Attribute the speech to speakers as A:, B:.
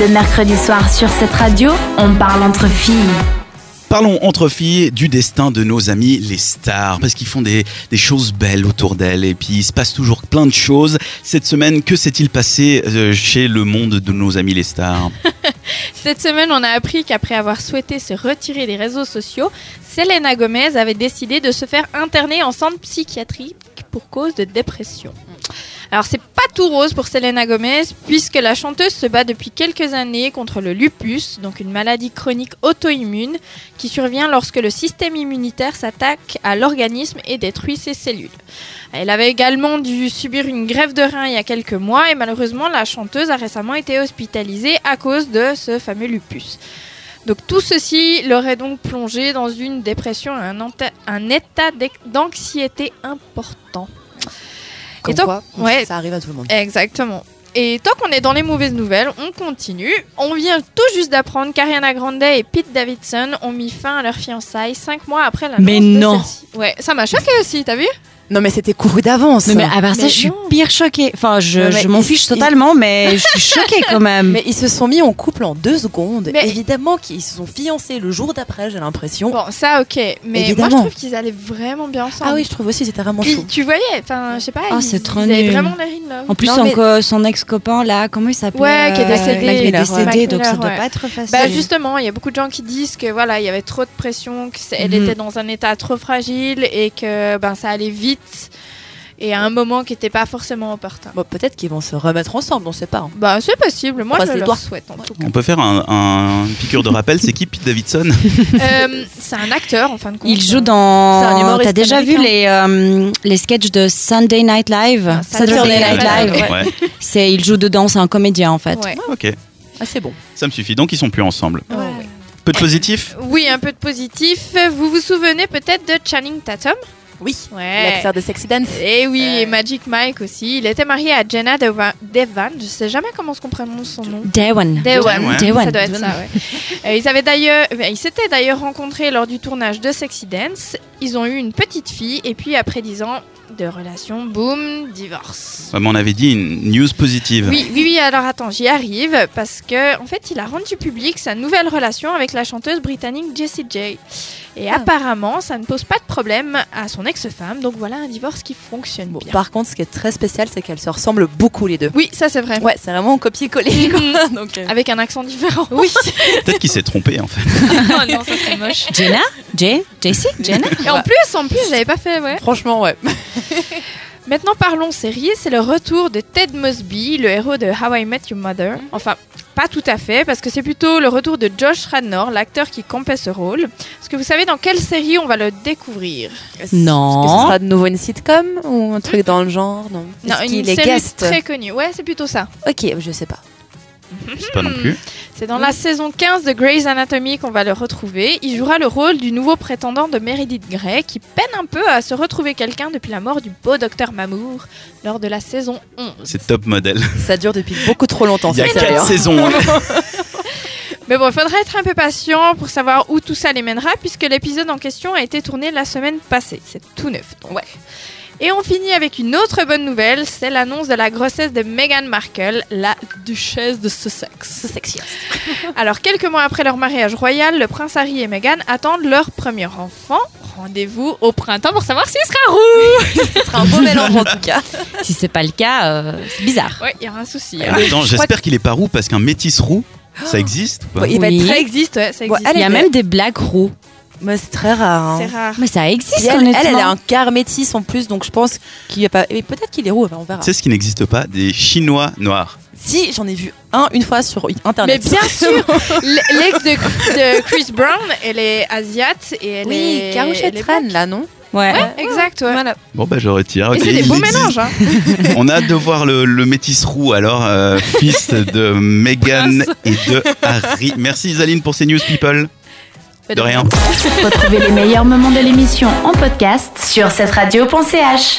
A: Le mercredi soir sur cette radio, on parle entre filles.
B: Parlons entre filles du destin de nos amis les stars, parce qu'ils font des, des choses belles autour d'elles, et puis il se passe toujours plein de choses. Cette semaine, que s'est-il passé euh, chez le monde de nos amis les stars
C: Cette semaine, on a appris qu'après avoir souhaité se retirer des réseaux sociaux, Selena Gomez avait décidé de se faire interner en centre psychiatrique pour cause de dépression. Alors c'est pas tout rose pour Selena Gomez puisque la chanteuse se bat depuis quelques années contre le lupus, donc une maladie chronique auto-immune qui survient lorsque le système immunitaire s'attaque à l'organisme et détruit ses cellules. Elle avait également dû subir une grève de rein il y a quelques mois et malheureusement la chanteuse a récemment été hospitalisée à cause de ce fameux lupus. Donc tout ceci l'aurait donc plongé dans une dépression, un, enta- un état d'ex- d'anxiété important.
D: Comme
C: Et donc-
D: quoi,
C: ouais.
D: ça arrive à tout le monde.
C: Exactement. Et tant qu'on est dans les mauvaises nouvelles, on continue. On vient tout juste d'apprendre qu'Ariana Grande et Pete Davidson ont mis fin à leur fiançailles cinq mois après l'annonce
E: Mais non.
C: de celle-ci. Ouais, ça m'a choqué aussi, t'as vu
D: Non, mais c'était couru d'avance.
E: Non, mais à part ça,
C: Mais
E: je suis
C: non.
E: pire choquée. Enfin, je,
D: Ouais, mais
E: je m'en
D: il-
E: fiche
D: il-
E: totalement, mais je suis choquée quand même.
D: Mais ils se sont mis en couple en deux secondes.
C: Mais-
D: Évidemment qu'ils se sont fiancés le jour d'après, j'ai l'impression. Ah
C: Bon, ça ok, mais moi
D: Évidemment.
C: je trouve qu'ils allaient vraiment bien ensemble.
D: Ah oui, je trouve aussi c'était vraiment
C: Puis,
D: chaud.
C: tu voyais, enfin, je sais pas,
E: Ah,
C: ils,
E: c'est trop
C: ils avaient
E: nul.
C: vraiment Bah, l'air in love.
E: En plus,
D: Non,
E: son,
D: mais-
E: co- son ex-copain, là, comment il s'appelle
C: Ouais, qui est décédé.
E: Il est
D: Mac
E: décédé,
C: Miller, ouais.
E: donc ça
C: Mac
E: doit
C: Miller,
E: pas être facile.
C: Bah justement, il y a beaucoup de gens qui disent que voilà, il y avait trop de pression, qu'elle
E: Mhm.
C: était dans un état trop fragile et que ben ça allait vite et à un moment qui n'était pas forcément opportun.
D: Bon, peut-être qu'ils vont se remettre ensemble, on sait pas. hein.
C: Bah c'est possible, moi
D: Croise
C: je
D: les
C: le
D: doigts.
C: souhaite en tout cas.
B: On peut faire un, un- une piqûre de rappel, c'est qui Pete Davidson
C: Euh, c'est un acteur en fin de compte.
E: Il joue
D: C'est un
E: dans.
D: humoriste
E: T'as déjà vu les, euh, les sketchs de Sunday Night Live
C: Ah, Saturday Night Live.
E: Live.
C: ouais.
B: Ouais,
E: C'est, il joue dedans, c'est un comédien en fait. Ah
C: Ouais.
B: ok,
D: Ah, c'est bon.
B: ça me suffit. Donc ils sont plus ensemble.
C: Ouais, ouais.
B: Peu de positif
C: Euh, Oui, un peu de positif. Vous vous souvenez peut-être de Channing Tatum
D: Oh. Oui,
C: Ouais.
D: l'acteur de Sexy Dance.
C: Et oui,
D: Euh.
C: et Magic Mike aussi. Il était marié à Jenna Deva- Devan. Je sais jamais comment on prononce son nom.
E: Dewan.
C: Dewan.
E: Dewan.
C: Ça doit être ça, ouais. Euh, ils avaient d'ailleurs, euh, ils s'étaient d'ailleurs rencontrés lors du tournage de Sexy Dance. Ils ont eu une petite fille et puis après 10 ans de relation, boum, divorce.
B: Comme on avait dit, une news positive.
C: Oui, oui, oui, alors attends, j'y arrive parce que en fait, il a rendu public sa nouvelle relation avec la chanteuse britannique Jessie J. Et apparemment, ça ne pose pas de problème à son ex-femme, donc voilà un divorce qui fonctionne
D: Bon,
C: bien.
D: par contre, ce qui est très spécial, c'est qu'elles se ressemblent beaucoup les deux.
C: Oui, ça c'est vrai.
D: Ouais, c'est vraiment copier-coller. quoi. Donc, euh,
C: Avec un accent différent. Oui.
B: Peut-être qu'il s'est trompé en fait.
C: non, non, ça serait moche.
E: Jenna Jay Jessie Jenna
C: Et en plus, en plus, j'avais pas fait, ouais.
D: Franchement, ouais.
C: Maintenant parlons série, c'est le retour de Ted Mosby, le héros de How I Met Your Mother.
D: Mhm.
C: Enfin, pas tout à fait, parce que c'est plutôt le retour de Josh Radnor, l'acteur qui campait ce rôle. Est-ce que vous savez dans quelle série on va le découvrir
E: Non.
D: Est-ce que ce sera de nouveau une sitcom ou un truc dans le genre Non.
C: Non,
D: Est-ce
C: une
D: qu'il est
C: série
D: guest
C: très connue. Ouais, c'est plutôt ça.
D: Ok, je sais pas.
B: Je sais pas non plus.
C: C'est
D: Mhm.
C: dans la saison 15 de Grey's Anatomy qu'on va le retrouver. Il jouera le rôle du nouveau prétendant de Meredith Grey, qui peine un peu à se retrouver quelqu'un depuis la mort du beau docteur Mamour lors de la saison 11.
B: C'est top modèle.
D: Ça dure depuis beaucoup trop longtemps.
B: Il y a
D: cette série, hein.
B: quatre saisons. hein.
C: Mais bon, il faudra être un peu patient pour savoir où tout ça les mènera, puisque l'épisode en question a été tourné la semaine passée. C'est tout neuf. donc. Et on finit avec une autre bonne nouvelle, c'est l'annonce de la grossesse de Meghan Markle, la duchesse de Sussex. Alors, quelques mois après leur mariage royal, le prince Harry et Meghan attendent leur premier enfant. Rendez-vous au printemps pour savoir s'il sera roux.
D: Ce sera un beau mélange en tout cas.
E: Si c'est pas le cas, euh, c'est bizarre.
C: Ouais, il y aura un souci.
B: Et
D: Euh,
C: hein.
B: Attends, j'espère qu'il est pas roux parce qu'un métis roux, ça existe ou pas
D: Il va
E: Oui.
D: être
C: Ça
D: très.
C: existe, ouais, ça
D: Bon,
C: existe.
D: elle
E: Il y a
D: est-
E: même des blagues roux.
D: Mais c'est très rare. hein.
C: C'est rare.
E: Ah, Mais ça existe
D: Puis elle, elle,
E: honnêtement.
D: elle a un quart métis en plus, donc je pense qu'il y a pas. Mais peut-être qu'il est roux, enfin, on
C: Ah.
D: verra.
B: Tu sais ce qui n'existe pas Des Chinois noirs.
D: Si j'en ai vu un une fois sur
C: Mais
D: internet.
C: bien sûr, l'ex de, de Chris Brown, elle est asiate et elle
D: Oui,
C: est. elle
D: Karouchet
C: est
D: Tran là, non
E: Ouais.
C: Ouais, exact, ouais.
B: Bon, bah je retire.
C: Et
B: ok,
C: c'est des
B: il
C: beaux
B: existe.
C: mélanges, hein.
B: On a hâte de voir le, le métis roux, alors, euh, fils de Meghan et de Harry. Merci Isaline pour ces news, people. De rien.
A: Retrouvez les meilleurs moments de l'émission en podcast sur cette radio.ch.